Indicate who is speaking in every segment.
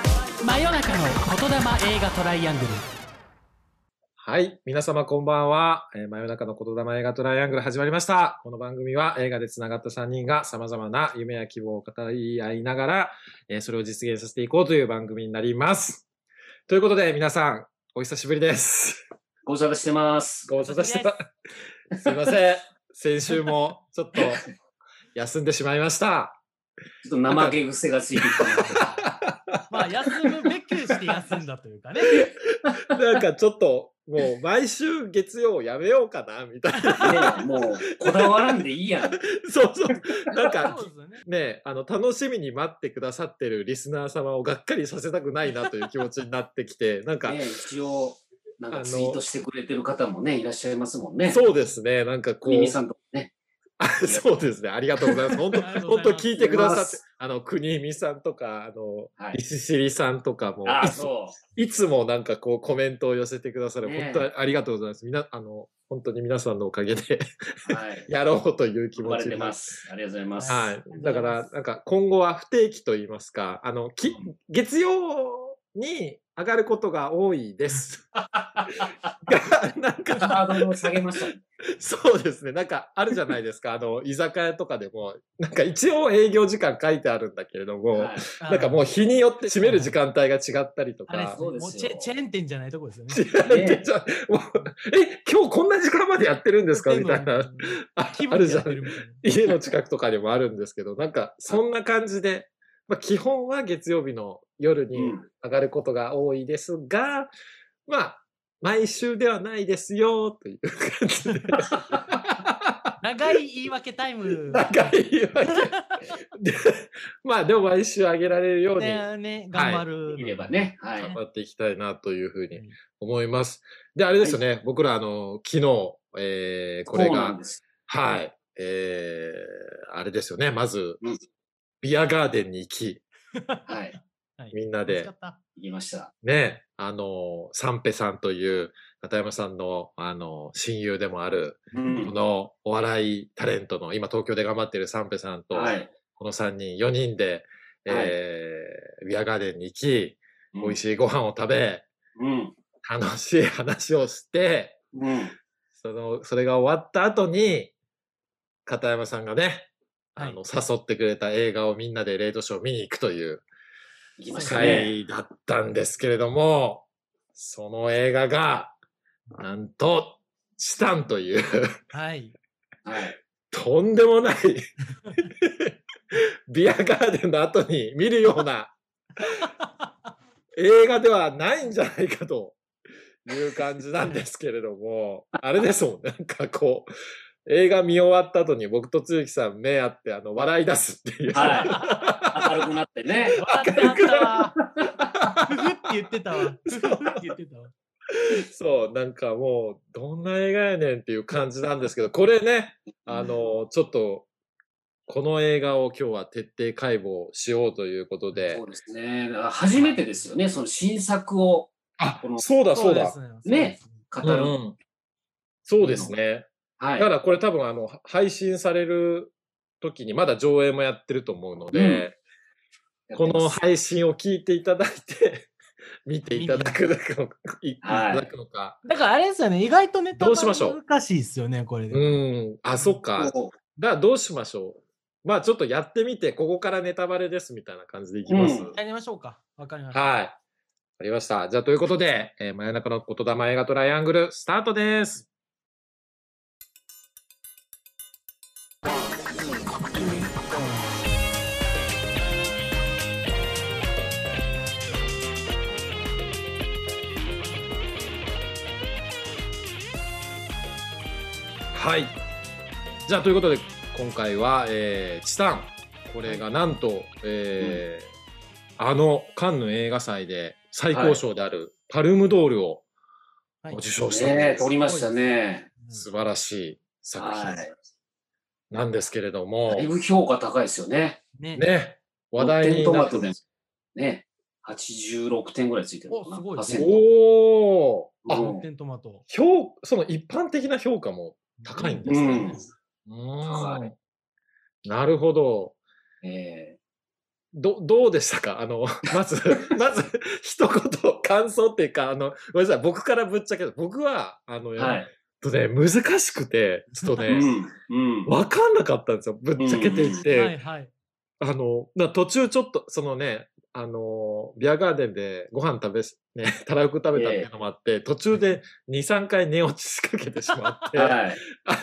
Speaker 1: の中の言霊映画トライアングル
Speaker 2: はい。皆様こんばんは。えー真夜中の言霊映画トライアングル始まりました。この番組は映画で繋がった3人が様々な夢や希望を語り合いながら、えーそれを実現させていこうという番組になります。ということで皆さん、お久しぶり です。
Speaker 3: ご無沙汰してます。
Speaker 2: ご無沙汰してた。 すいません。先週もちょっと休んでしまいました。
Speaker 3: ちょっと怠け癖がついてきてます。
Speaker 1: まあ休むべくして休んだという かね
Speaker 2: なんかちょっと、もう毎週月曜やめようかな、みたいな。
Speaker 3: ねえもう、こだわらんでいいやん。
Speaker 2: そうそう。なんか
Speaker 1: そ、うですよね
Speaker 2: ね、あの楽しみに待ってくださってるリスナー様をがっかりさせたくないなという気持ちになってきてなんか、
Speaker 3: ねえ一応、な
Speaker 2: あ
Speaker 3: んか
Speaker 2: の
Speaker 3: ツイートしてくれてる方もね、いらっしゃいますもんね。
Speaker 2: そうですねなんかこ
Speaker 3: ミ
Speaker 2: う
Speaker 3: さんとかね。
Speaker 2: あ そうですねありがとうございます本当
Speaker 1: ありがとうござい
Speaker 2: 本
Speaker 1: ます
Speaker 2: 当聞いてくださっ
Speaker 3: い
Speaker 2: て
Speaker 3: ます
Speaker 2: あの国見さんとかあの
Speaker 3: はい
Speaker 2: リ。スシリさんとかも
Speaker 3: ああ、
Speaker 2: いつ
Speaker 3: そ
Speaker 2: いつもなんかこうコメントを寄せてくださる、
Speaker 3: ねえ
Speaker 2: 本当にありがとうございますみなあの本当に皆さんのおかげで
Speaker 3: う。はい。
Speaker 2: やろうという気
Speaker 3: 呼
Speaker 2: 持
Speaker 3: ばれ
Speaker 2: ち
Speaker 3: て
Speaker 2: に
Speaker 3: ます。ありがとうございます。
Speaker 2: はい。だから、なんか今後は不定期と言いますか、あの、き月曜に上がることが多い です。がなんか、
Speaker 3: ハードルを下げましたね。
Speaker 2: そうですね。なんかあるじゃないですか。あの、居酒屋とかでも、なんか一応営業時間書いてあるんだけれども、
Speaker 3: はい
Speaker 2: なんかもう日によって閉める時間帯が違ったりと
Speaker 1: あれです
Speaker 2: か
Speaker 1: ね、
Speaker 3: そ
Speaker 1: も
Speaker 3: うです
Speaker 1: う
Speaker 3: よ
Speaker 1: チェチェーン店じゃないとこですよね
Speaker 2: 違 ってちゃうもうえ、今日こんな時間までやってるんですかみたいな、あ
Speaker 1: 気
Speaker 2: あ
Speaker 1: 分で
Speaker 2: るじ
Speaker 1: や
Speaker 2: ゃ
Speaker 1: って
Speaker 2: ん
Speaker 1: る。みたい
Speaker 2: 家の近くとかでもあるんですけど、なんかそんな感じで、まあ、基本は月曜日の夜
Speaker 3: う
Speaker 2: に
Speaker 3: ん
Speaker 2: 上がることが多いですが、まあ、毎週ではないですよ、という感じで、
Speaker 1: な長い言い訳タイム
Speaker 2: 長 い言い訳で。まあ、でも毎週上げられるように頑
Speaker 1: ねね頑張る、
Speaker 3: いればね。はい。
Speaker 2: 張っていきたいなというふう
Speaker 1: う
Speaker 2: に
Speaker 1: ん
Speaker 2: 思います。で、あれですよね、僕らあの、昨日、えー、これ
Speaker 3: そうなん
Speaker 2: が
Speaker 3: で、す。
Speaker 2: はい、えー、あれですよね、まず
Speaker 3: うん、
Speaker 2: ビアガーデンに行き、
Speaker 3: はい。
Speaker 1: はい
Speaker 2: みんな
Speaker 1: 楽し
Speaker 2: で
Speaker 1: かった
Speaker 3: 行きました。
Speaker 2: ね、あの、三平さんという、片山さんの、あの、親友でもある、
Speaker 3: う
Speaker 2: こ
Speaker 3: ん。
Speaker 2: のお笑いタレントの、今東京で頑張ってる三平さんと、
Speaker 3: はい。
Speaker 2: この3人、4人で、えー、ビアガーデンに行き、美味
Speaker 3: い。
Speaker 2: しいご飯を食べ、
Speaker 3: うん。
Speaker 2: 楽しい話をして、
Speaker 3: うん。
Speaker 2: その、それが終わった後に、片山さんがね、あの、誘ってくれた映画をみんなでレイドショー見に行くという、
Speaker 3: 行きましたね。
Speaker 2: 回だったんですけれども、その映画が、なんと、チタンという、
Speaker 1: はい
Speaker 3: はい。
Speaker 2: とんでも ない、ビアガーデンの後に見るような、映画ではないんじゃないかという感じなんですけれども、あれですもん、なんかこう、映画見終わった後に僕とつゆきさん目合って、あの、笑い出すっていう。
Speaker 3: はい。明るくなってね。
Speaker 1: 笑ってあったわふふって言ってたわふふって言ってたわ
Speaker 2: そう、なんかもう、どんな映画やねんっていう感じなんですけど、これね、あの、ちょっと、この映画を今日は徹底解剖しようということで
Speaker 3: そ。うですね。だから初めてですよね、その新作を
Speaker 2: あ
Speaker 3: この
Speaker 2: そうだ
Speaker 1: そうですねそうですね
Speaker 3: 語
Speaker 2: うん
Speaker 3: る。
Speaker 2: うんそうですね。
Speaker 3: は
Speaker 2: だ
Speaker 3: い。
Speaker 2: からこれ多分あの、配信される時にまだ上映もやってると思うので、この配信を聞いていただいて、見ていただくのか、い
Speaker 3: はい
Speaker 2: ただくのか。
Speaker 1: だからあれですよね意外とネタ
Speaker 2: どうしましょう
Speaker 1: 難しいですよねこれで、
Speaker 2: うん。あ、そっか。
Speaker 3: こう
Speaker 2: だからどうしましょうまあちょっとやってみて、ここからネタバレですみたいな感じでいきます。
Speaker 3: うん
Speaker 1: やりましょうかわかりました
Speaker 2: はい。わかりました。じゃあということで、えー、真夜中の言霊映画トライアングル、スタートです。はい。じゃあということで、今回は、えー、チタン。これがなんと、えーあのカンヌ映画祭で最高賞であるパルムドールを
Speaker 1: はい
Speaker 2: 受賞したん
Speaker 3: ね
Speaker 2: で
Speaker 3: え、撮りましたね。
Speaker 2: 素晴らしい作
Speaker 3: は
Speaker 2: 品
Speaker 3: い。
Speaker 2: なんですけれども
Speaker 3: だい、ぶ評価高いですよね。
Speaker 1: ね
Speaker 2: ね、話題にな
Speaker 3: ロッテントマ
Speaker 2: って
Speaker 3: トで
Speaker 2: ます。
Speaker 3: ねえ、86点ぐらいついてるのかな。
Speaker 1: おすごい
Speaker 3: パーセント
Speaker 2: おー
Speaker 1: ロ
Speaker 2: あ、
Speaker 1: ッテントマト
Speaker 2: 評、その一般的な評価も高いんで
Speaker 3: う
Speaker 2: す
Speaker 3: ん
Speaker 2: ね。。うーんなるほど。
Speaker 3: ええ
Speaker 2: ど、どうでしたかあの、 まず、まず、一言、感想っていうか、あの、ごめんなさい、僕からぶっちゃけ、僕は、あの、
Speaker 3: は
Speaker 2: えっ
Speaker 3: い。
Speaker 2: とね、難しくて、ちょっと
Speaker 3: う
Speaker 2: ね、
Speaker 3: ん。うん。
Speaker 2: わかんなかったんですよ、ぶっちゃけて言っ
Speaker 1: は
Speaker 2: て。
Speaker 1: いはい。
Speaker 2: あの、だから途中ちょっと、そのね、あの、ビアガーデンでご飯食べし、ね、たらふく食べたっていうのもあって、途中で2、3回寝落ちしかけてしまって、あ
Speaker 3: はい。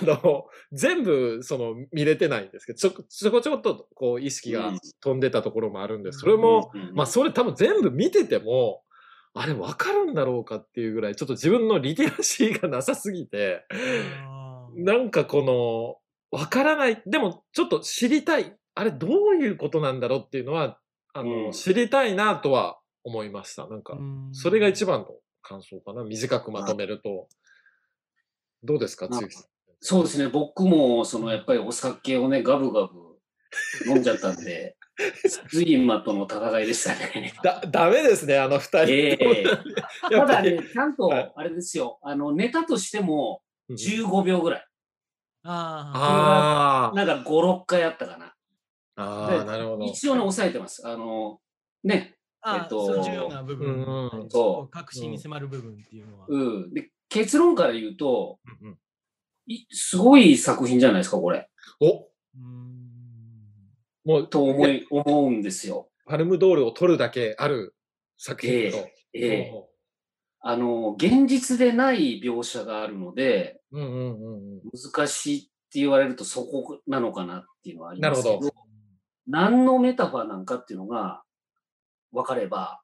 Speaker 2: の、全部、その、見れてないんですけど、ちょこ、ちょこちょこっと、こう、意識が
Speaker 3: うん
Speaker 2: 飛んでたところもあるんで、それも、
Speaker 3: うんうん
Speaker 2: まあ、それ多分全部見てても、あれ、わかるんだろうかっていうぐらい、ちょっと自分のリテラシーがなさすぎて、
Speaker 1: あー
Speaker 2: なんかこの、わからない、でもちょっと知りたい、あれどういうことなんだろうっていうのは、あの、
Speaker 3: うん
Speaker 2: 知りたいなとは思いました。なんか、
Speaker 1: うん
Speaker 2: それが一番の感想かな。短くまとめると。どうですか、
Speaker 3: まあ
Speaker 2: つゆきさ
Speaker 3: そうですね。僕も、その、やっぱりお酒をね、ガブガブ飲んじゃったん で、スイマとの戦いでした
Speaker 2: ん。
Speaker 3: ね。
Speaker 2: だ、ダメですね、あの二人。
Speaker 3: ええ
Speaker 2: や
Speaker 3: た
Speaker 2: っぱ
Speaker 3: だ
Speaker 2: り
Speaker 3: ね、ちゃん
Speaker 2: はい
Speaker 3: と、あれですよ、あの、ネタとしても
Speaker 2: うん
Speaker 3: 15秒ぐらい。
Speaker 1: あ
Speaker 2: あー
Speaker 3: なんか5、6回あったかな。
Speaker 2: あー、
Speaker 3: で
Speaker 2: なるほど。
Speaker 3: 一応ね、抑えてます。あの、ね、
Speaker 1: あ。
Speaker 3: えっと
Speaker 1: その重要な部分、。
Speaker 2: うんうん
Speaker 3: そう
Speaker 1: 確信に迫る部分っていうのは。
Speaker 3: うん。で、結論から言うと、
Speaker 2: うんうん
Speaker 3: いすごい作品じゃないですか、これ。
Speaker 2: お
Speaker 1: うん
Speaker 2: もう、
Speaker 3: と思い、思うんですよ。
Speaker 2: パルムドールを取るだけある作品と。
Speaker 3: ええ。
Speaker 2: お
Speaker 3: あの、現実でない描写があるので、
Speaker 2: ううんうんうんうん。
Speaker 3: 難しいって言われるとそこなのかなっていうのはありますけど、
Speaker 2: なる
Speaker 3: 何のメタファーなんかっていうのが分かれば、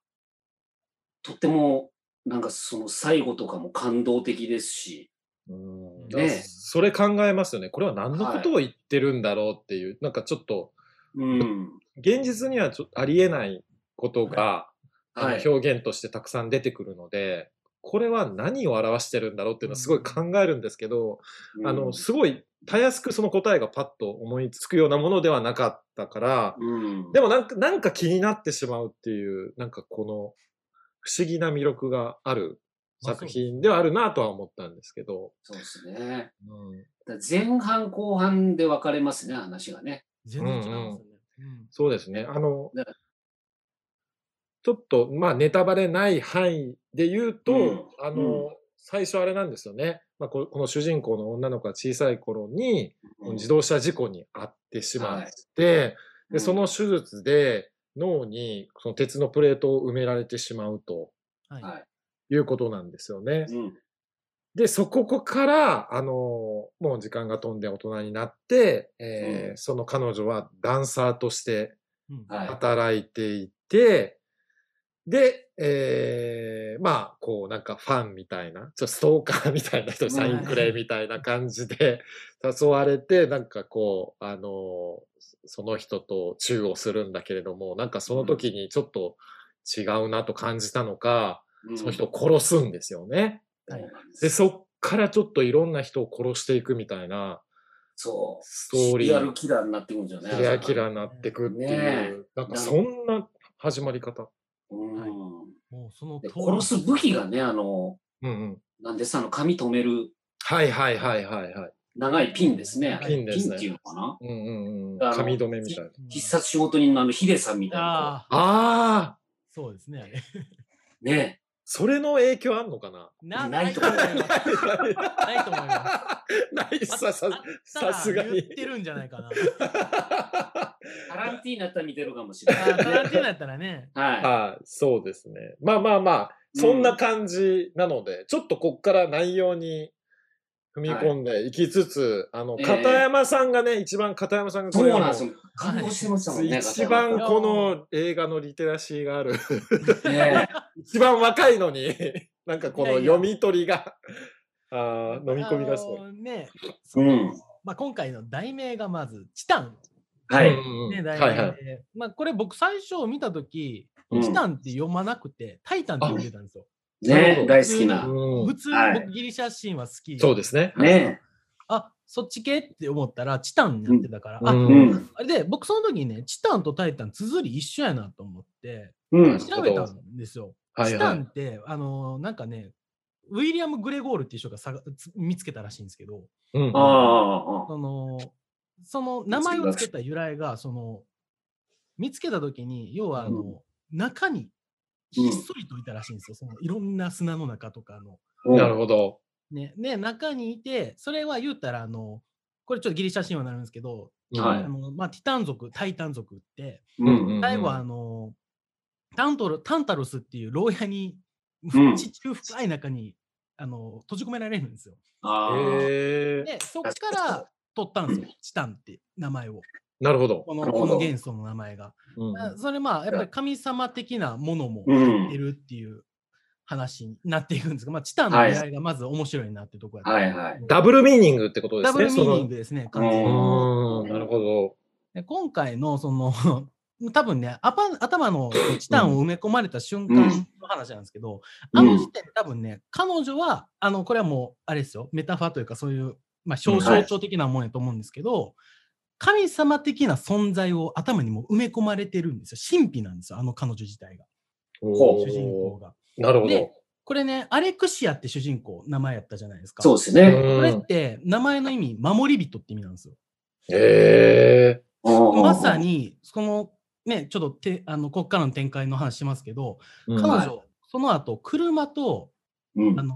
Speaker 3: とってもなんかその最後とかも感動的ですし、
Speaker 2: うん
Speaker 1: ね
Speaker 2: だからそれ考えますよね。これは何のことを言ってるんだろうっていう、なんかちょっと、
Speaker 3: うん。
Speaker 2: 現実にはちょっとありえないことが、
Speaker 3: は
Speaker 2: あ
Speaker 3: い。
Speaker 2: の表現としてたくさん出てくるので、これは何を表してるんだろうっていうのはすごい考えるんですけど、あ
Speaker 3: うん
Speaker 2: の、すごいたやすくその答えがパッと思いつくようなものではなかったから、
Speaker 3: うん、
Speaker 2: でもなんか、なんか気になってしまうっていう、なんかこの不思議な魅力がある
Speaker 1: まあ
Speaker 2: 作品ではあるなとは思ったんですけど、
Speaker 3: そうですね。
Speaker 2: うん
Speaker 3: だから前半後半で分かれますね、話がね。
Speaker 1: 全然違うんですよね。うん
Speaker 2: そうですね。あの
Speaker 3: ね、
Speaker 2: ちょっと、まあ、ネタバレない範囲で言うと、
Speaker 3: うん
Speaker 2: あの、最初あれなんですよね。まあこ、この主人公の女の子が小さい頃に、
Speaker 3: うん
Speaker 2: 自動車事故に遭ってしまっ
Speaker 3: はい
Speaker 2: て、
Speaker 3: う
Speaker 2: で、
Speaker 3: ん
Speaker 2: その手術で脳にその鉄のプレートを埋められてしまうと
Speaker 1: はい
Speaker 3: はい
Speaker 2: いうことなんですよね。
Speaker 3: うん
Speaker 2: で、そこから、あの、もう時間が飛んで大人になって、えー
Speaker 3: うん
Speaker 2: その彼女はダンサーとして
Speaker 1: うん
Speaker 3: は
Speaker 2: 働いていて、で、えーまあ、こう、なんかファンみたいな、ちょっとストーカーみたいな人にサインくれみたいな感じで 誘われて、なんかこう、あのーその人とチューをするんだけれども、なんかその時にちょっと違うなと感じたのか、
Speaker 3: い。
Speaker 2: その人を殺すんですよね。
Speaker 3: はい
Speaker 2: で、そっからちょっといろんな人を殺していくみたいな
Speaker 3: そう。
Speaker 2: ストーリー。
Speaker 3: シリアルキラーになってくるんじゃない
Speaker 2: キラキラになってくっていう、
Speaker 3: ねえ
Speaker 2: なんかそんな始まり方。
Speaker 3: うん
Speaker 1: もうその
Speaker 3: で
Speaker 1: 通り
Speaker 3: 殺す武器がね、あの、
Speaker 2: うんうん。
Speaker 3: なんですあの、髪留める
Speaker 2: はいはいはいはいはい。
Speaker 3: 長いピンですね。
Speaker 2: ピンですね
Speaker 3: ピンっていうのかな
Speaker 2: うんうんうん。
Speaker 3: あの
Speaker 2: 髪留めみたいな。
Speaker 1: うん
Speaker 3: 必殺仕事人のあの、ヒデさんみたいな
Speaker 1: ああ、
Speaker 2: ああ、
Speaker 1: そうですね、あれ。
Speaker 3: 子。ね。
Speaker 2: それの影響あんのか な
Speaker 3: ないと思いま
Speaker 1: ないと思います。
Speaker 2: ないささ
Speaker 1: あったら
Speaker 2: さすがに
Speaker 1: 言ってるんじゃないか な。
Speaker 3: タランティーナだったら見てるかもしれ
Speaker 1: あータ
Speaker 3: な
Speaker 1: ラン
Speaker 3: い。
Speaker 1: ティーナやったらね。
Speaker 3: は
Speaker 2: はい、そうですね。まあまあまあ、そんな感じなので、ちょっとこっから内容に踏み込んでいきつつ、あの、
Speaker 3: ええ
Speaker 2: 片山さんがね、一番片山さんが
Speaker 3: い。そう
Speaker 2: はも
Speaker 3: なんですよ。感動してましたもんね。
Speaker 2: 一
Speaker 1: 片
Speaker 2: 番
Speaker 1: 山
Speaker 2: この映画のリテラシーがある、
Speaker 3: ね
Speaker 2: 一番若いのに、 なんかこ
Speaker 1: い
Speaker 2: の
Speaker 1: やいや
Speaker 2: 読み取りが、 あー飲み込みがすごい
Speaker 1: あ。のね、
Speaker 3: うん。
Speaker 1: まあ、今回の題名がまず、チタン。
Speaker 3: は
Speaker 2: う
Speaker 3: い。
Speaker 2: んうんう
Speaker 1: ね、
Speaker 2: ん
Speaker 1: 題
Speaker 2: はい
Speaker 1: 名で、
Speaker 2: はい。
Speaker 1: まあ、これ僕最初見たとき、
Speaker 2: うん
Speaker 1: チタンって読まなくて、タイタンって読んでたんですよ。
Speaker 3: ね大好きな。
Speaker 2: う
Speaker 1: 普
Speaker 2: ん
Speaker 1: 通、
Speaker 3: はい
Speaker 1: 僕ギリシャ神話好き。
Speaker 2: そうですね。
Speaker 3: ね
Speaker 1: あ、そっち系って思ったら、チタンになってたから、
Speaker 2: うん
Speaker 1: あ、
Speaker 3: う
Speaker 2: うん
Speaker 3: ん。
Speaker 1: あれで、僕その時ね、チタンとタイタン、綴り一緒やなと思って、
Speaker 3: うん。
Speaker 1: 調べたんですよ。
Speaker 2: はい
Speaker 1: チタ
Speaker 2: は
Speaker 1: ン
Speaker 2: い。
Speaker 1: って、あのーなんかね、ウィリアム・グレゴールっていう人がさがつ見つけたらしいんですけど、
Speaker 2: うん
Speaker 3: ああ。
Speaker 1: そのその名前をつけた由来が、その見つけた時に要はあの、
Speaker 3: う
Speaker 1: 中にひっそりといたらしいんですよ、そのいろんな砂の中とかの。
Speaker 2: なるほど。
Speaker 1: ね、で中にいてそれは言ったらあのこれちょっとギリシャ神話になるんですけど、
Speaker 3: はい
Speaker 1: あのまあ、ティタン族タイタン族って
Speaker 3: うんうん
Speaker 1: 最後はあの、タントルタンタロスっていう牢屋に、
Speaker 3: うん
Speaker 1: 地中深い中にあの閉じ込められるんですよ。
Speaker 3: あー
Speaker 2: へえ。
Speaker 1: でそっから取ったんですよチタンって名前を
Speaker 2: なるほど。
Speaker 1: この
Speaker 3: なる
Speaker 1: こ
Speaker 3: ほど
Speaker 1: の元素の名前が。
Speaker 2: うん
Speaker 1: あそれまあやっぱり神様的なものも
Speaker 3: う
Speaker 1: 出
Speaker 3: ん。
Speaker 1: るっていう話になっていくんですが、まあ、チタンの
Speaker 3: はい
Speaker 1: 出会いがまず面白いなっていうところやった
Speaker 3: はいはい。
Speaker 2: ダブルミーニングってことで
Speaker 1: ダ
Speaker 2: す
Speaker 1: ブ
Speaker 2: ね。
Speaker 1: ルミーニン
Speaker 2: グ。
Speaker 1: グですね、完全
Speaker 2: う
Speaker 1: に。
Speaker 2: ーん、なるほど。
Speaker 1: で今回のその 多分ねアパ頭のチタンを埋め込まれた瞬間
Speaker 3: うん
Speaker 1: の話なんですけど、
Speaker 3: うん
Speaker 1: あの時点で多分ね彼女はあのこれはもうあれですよメタファーというかそういう、まあ、象
Speaker 3: はい
Speaker 1: 象徴的なもんやと思うんですけど、神様的な存在を頭にもう埋め込まれてるんですよ神秘なんですよあの彼女自体が
Speaker 2: おー
Speaker 1: 主人公が。
Speaker 2: なるほ
Speaker 1: で
Speaker 2: ど。
Speaker 1: これねアレクシアって主人公名前やったじゃないですか。
Speaker 3: そうです
Speaker 2: う
Speaker 3: ね。
Speaker 1: これっ
Speaker 2: ん
Speaker 1: て名前の意味守り人って意味なんですよ。
Speaker 2: へえ。
Speaker 1: ま
Speaker 3: ま
Speaker 1: さ。に、その、ね、ちょっとてあのこっからの展開の話しますけど、
Speaker 2: うん
Speaker 1: 彼女、その後、車と、
Speaker 3: うん
Speaker 1: あのー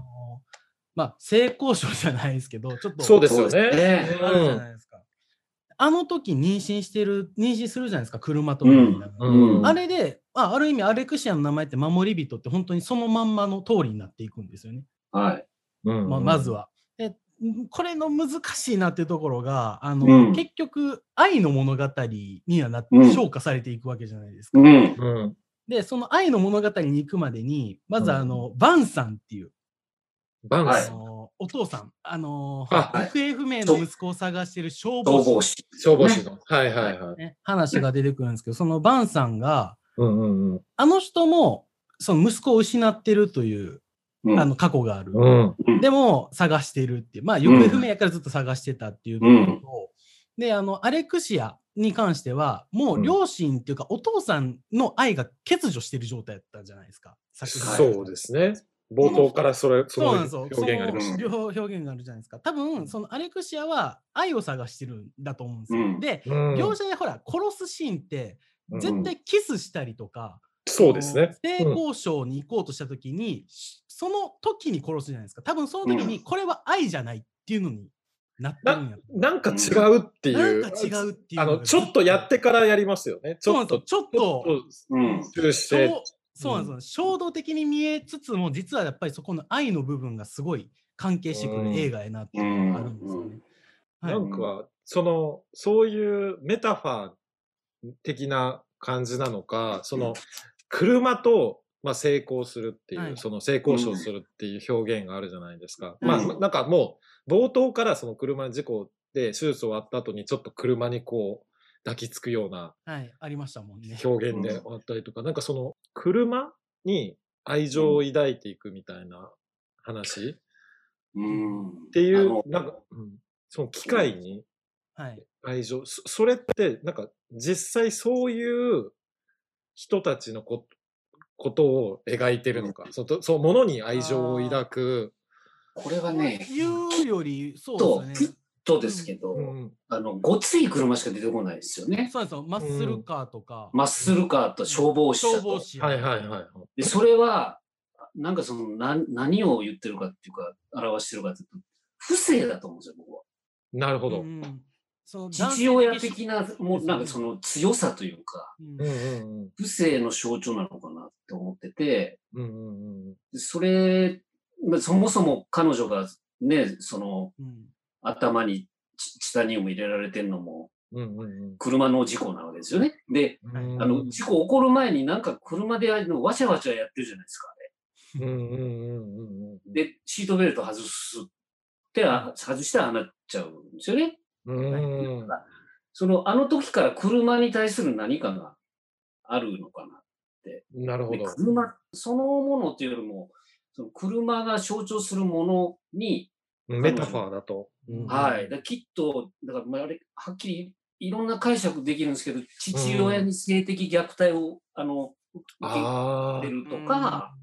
Speaker 1: まあ、性交渉じゃないですけど、ちょっと、
Speaker 2: そうですよ
Speaker 3: そう
Speaker 2: ね。
Speaker 3: ね。
Speaker 1: あるじゃないですか。あの時妊娠してる、妊娠するじゃないですか、車と、
Speaker 2: う
Speaker 3: うん
Speaker 2: ん
Speaker 1: あれで、まあ、ある意味、アレクシアの名前って、守り人って本当にそのまんまの通りになっていくんですよね、
Speaker 3: はい。
Speaker 2: うん
Speaker 1: まあ、まず。は。でこれの難しいなっていうところが、あの
Speaker 3: うん
Speaker 1: 結局、愛の物語にはなって
Speaker 3: うん
Speaker 1: 昇華されていくわけじゃないですか。
Speaker 3: うん。
Speaker 2: うん。
Speaker 1: で、その愛の物語に行くまでに、まず
Speaker 2: うん
Speaker 1: あの、バンさんっていう、
Speaker 2: バン
Speaker 3: は
Speaker 1: あ
Speaker 2: ス。
Speaker 1: のお父さん、あの
Speaker 2: あ
Speaker 3: はい
Speaker 1: 行方不明の息子を探してる消防
Speaker 3: 消
Speaker 1: 士
Speaker 3: 防士。
Speaker 2: 消防士の。はいはいはい。
Speaker 1: ね、話が出てくるんですけど、そのバンさんが、
Speaker 2: うんうん
Speaker 1: あの人も、その息子を失ってるという、
Speaker 3: うん
Speaker 1: あの、過去がある。
Speaker 2: うん。うん。
Speaker 1: でも、探してるっていう。まあ、行方不明やからずっと探してたっていうところと、で、あの、アレクシアに関しては、もう両親っていうか、お父さんの愛が欠如してる状態だったじゃないですか。作品
Speaker 2: そうですね。冒頭からそれ、そ
Speaker 1: そう
Speaker 2: の
Speaker 1: なんですよ。
Speaker 2: 表現がありまし
Speaker 1: その
Speaker 2: たね。
Speaker 1: 両方表現があるじゃないですか。多分、そのアレクシアは愛を探してるんだと思うんですよ。
Speaker 3: うん
Speaker 1: で、
Speaker 2: うん
Speaker 1: 描写でほら、殺すシーンって、
Speaker 2: うん
Speaker 1: 絶対キスしたりとか、
Speaker 2: そうですね。
Speaker 1: 性交渉に行こうとした時に、その時に殺すじゃないですか。多分その時に、これは愛じゃないっていうのになってるんやと
Speaker 2: なんか違うってい
Speaker 1: 思
Speaker 2: う。
Speaker 1: う。なんか違うっていう
Speaker 2: あ
Speaker 1: が
Speaker 2: の、ちょっとやってからやりますよね。ち
Speaker 1: そうな
Speaker 2: ょ
Speaker 1: ん
Speaker 2: っ
Speaker 1: ですよ
Speaker 2: と、
Speaker 1: ちょっと、
Speaker 3: うん。
Speaker 2: 注視し
Speaker 1: そう
Speaker 2: て。
Speaker 1: そうなんですよ、衝動的に見えつつも、実はやっぱりそこの愛の部分がすごい関係してく
Speaker 2: う
Speaker 1: る
Speaker 2: ん
Speaker 1: 映画やなっていうのがあるんですよね。はい
Speaker 2: なんか、その、そういうメタファー的な感じなのか、その、車と、まあ、成功するっていう、
Speaker 1: はい
Speaker 2: その成功賞するっていう表現があるじゃないですか。
Speaker 3: うん
Speaker 2: まあ、なんかもう、冒頭からその車事故で手術終わった後にちょっと車にこう、抱きつくような
Speaker 1: はい、ありましたもんね。
Speaker 2: 表現であったりとか、なんかその、車に愛情を抱いていくみたいな話っ
Speaker 3: うん。って
Speaker 2: い
Speaker 3: あの
Speaker 2: う、なんか、うんその機会に、
Speaker 1: はい、
Speaker 2: 愛情そそれってなんか実際そういう人たちのこことを描いてるのか、そとそうものに愛情を抱く、
Speaker 3: これはね、
Speaker 1: 言うより、そう、
Speaker 3: と
Speaker 1: です
Speaker 3: ピ
Speaker 1: よ
Speaker 3: ッ
Speaker 1: ね。
Speaker 3: とですけど、
Speaker 2: うん、
Speaker 3: あの、ごつい車しか出てこないですよね。
Speaker 1: そうなんですよ、マッスルカーとか、
Speaker 3: マッスルカーと消防士
Speaker 1: 消
Speaker 3: だ
Speaker 1: 防
Speaker 3: と。
Speaker 1: 士。
Speaker 2: はいはいはい
Speaker 3: で、それは、なんかその、な、何を言ってるかっていうか、表してるかっていうと、不正だと思うんですよ、僕は。
Speaker 2: なるほど、
Speaker 1: う
Speaker 2: うん
Speaker 1: んうんその男性
Speaker 3: 父親的な、もうなんかそ
Speaker 1: の、
Speaker 3: の強さというか、
Speaker 1: うん
Speaker 2: うんうん
Speaker 3: 不正の象徴なのかなって思ってて、
Speaker 2: うんうんうん
Speaker 3: でそれ、まあそもそも彼女がね、その、
Speaker 1: うん
Speaker 3: 頭にチチタニウム入れられてるのも、
Speaker 2: うんうん
Speaker 3: 車の事故なわけですよね。で、
Speaker 2: う
Speaker 1: はい
Speaker 2: ん
Speaker 3: あの、事故起こる前になんか車であのわちゃわちゃやってるじゃないですか。
Speaker 2: うんうんうんうんうん
Speaker 3: で、シートベルト外すって、あ外してはなっちゃうんですよね。
Speaker 2: うんうん
Speaker 3: その、あの時から車に対する何かがあるのかな。
Speaker 2: なるほ
Speaker 3: で
Speaker 2: ど、
Speaker 3: 車そのものというよりも、その車が象徴するものに、
Speaker 2: メタファーだと、
Speaker 1: うん
Speaker 3: はい。だからきっと、だから、まあ、あれ、はっきりいろんな解釈できるんですけど、父親に性的虐待を、あの、受
Speaker 2: あ
Speaker 3: けて
Speaker 2: あ
Speaker 3: るとか、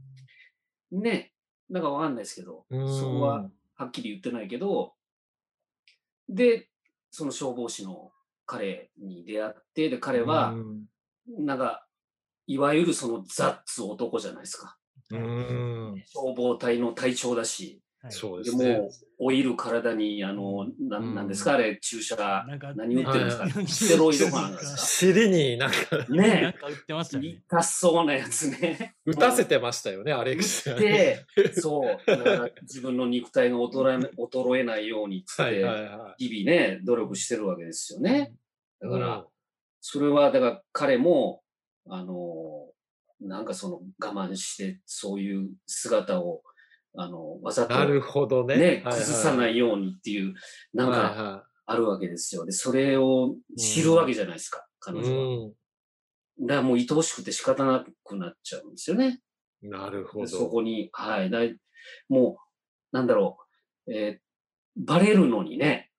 Speaker 3: ね、なんかわかんないですけど、そこははっきり言ってないけど、で、その消防士の彼に出会って、で、彼は、なんか、いわゆるそのザッツ男じゃないですか。
Speaker 2: うん。
Speaker 3: 消防隊の隊長だし、
Speaker 1: はい
Speaker 2: そうで
Speaker 3: です
Speaker 2: ね
Speaker 3: も。う老いる体に、あの、な
Speaker 2: うん
Speaker 3: んなんですか、あれ、注射が。
Speaker 1: なんか
Speaker 3: 何売って
Speaker 2: るんですか
Speaker 1: ね
Speaker 3: ステロイドマンですか
Speaker 2: 尻に なんか
Speaker 1: なん
Speaker 3: ね
Speaker 1: か売ってました
Speaker 3: え、
Speaker 1: よね。
Speaker 3: 痛そうなやつね。
Speaker 2: 打たせてましたよね、アレックス。
Speaker 3: 打って、そう、だから自分の肉体が衰え衰えないようにっつっ
Speaker 2: はいはい
Speaker 3: て、
Speaker 2: は
Speaker 3: 日々ね、努力してるわけですよ
Speaker 2: い。
Speaker 3: ね。
Speaker 2: う
Speaker 3: だ
Speaker 2: ん。
Speaker 3: から、それは、だから彼も、あの、なんかその我慢して、そういう姿を、あの、わざと
Speaker 2: なるほどね。。
Speaker 3: ね、崩さないいようにっていう、なん
Speaker 2: はい
Speaker 3: か
Speaker 2: は
Speaker 3: あるわけですよ。で、それを知るわけじゃないですか、
Speaker 2: い
Speaker 3: 彼女は。だからもう愛おしくて仕方なくなっちゃうんですよね。
Speaker 2: うん。なるほ
Speaker 3: そ
Speaker 2: ど。
Speaker 3: こに、はい。だいもう、なんだろう、えーバレるのにね、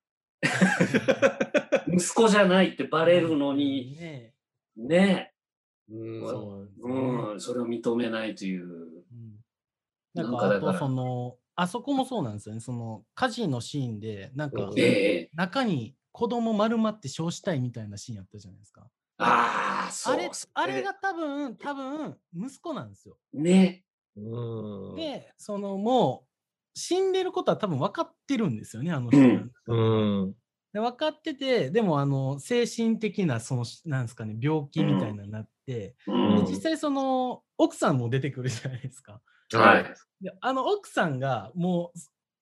Speaker 3: 息子じゃないってバレるのに、
Speaker 1: ね
Speaker 3: ね、
Speaker 2: うん
Speaker 1: そう
Speaker 3: うん、それを認めないという。
Speaker 1: うん
Speaker 3: な
Speaker 1: なんん
Speaker 3: か
Speaker 1: かあ
Speaker 3: だから
Speaker 1: とそのあそこもそうなんですよねその火事のシーンでなんか
Speaker 2: うん
Speaker 3: ええ
Speaker 1: 中に子供丸まって称したいみたいなシーンやったじゃないですか
Speaker 3: ああ、そう。
Speaker 1: あれ
Speaker 3: そ
Speaker 1: あれが多分多分息子なんですよ
Speaker 3: ね。
Speaker 2: うん。
Speaker 1: でそのもう死んでることは多分分かってるんですよねあの人は
Speaker 3: うん
Speaker 2: うん。
Speaker 1: で分かっててでもあの精神的なそのなんですかね病気みたいなのになって、
Speaker 3: う
Speaker 2: うん
Speaker 1: で実際その奥さんも出てくるじゃないですか
Speaker 3: は
Speaker 2: はい
Speaker 3: い。。
Speaker 1: であの奥さんがもう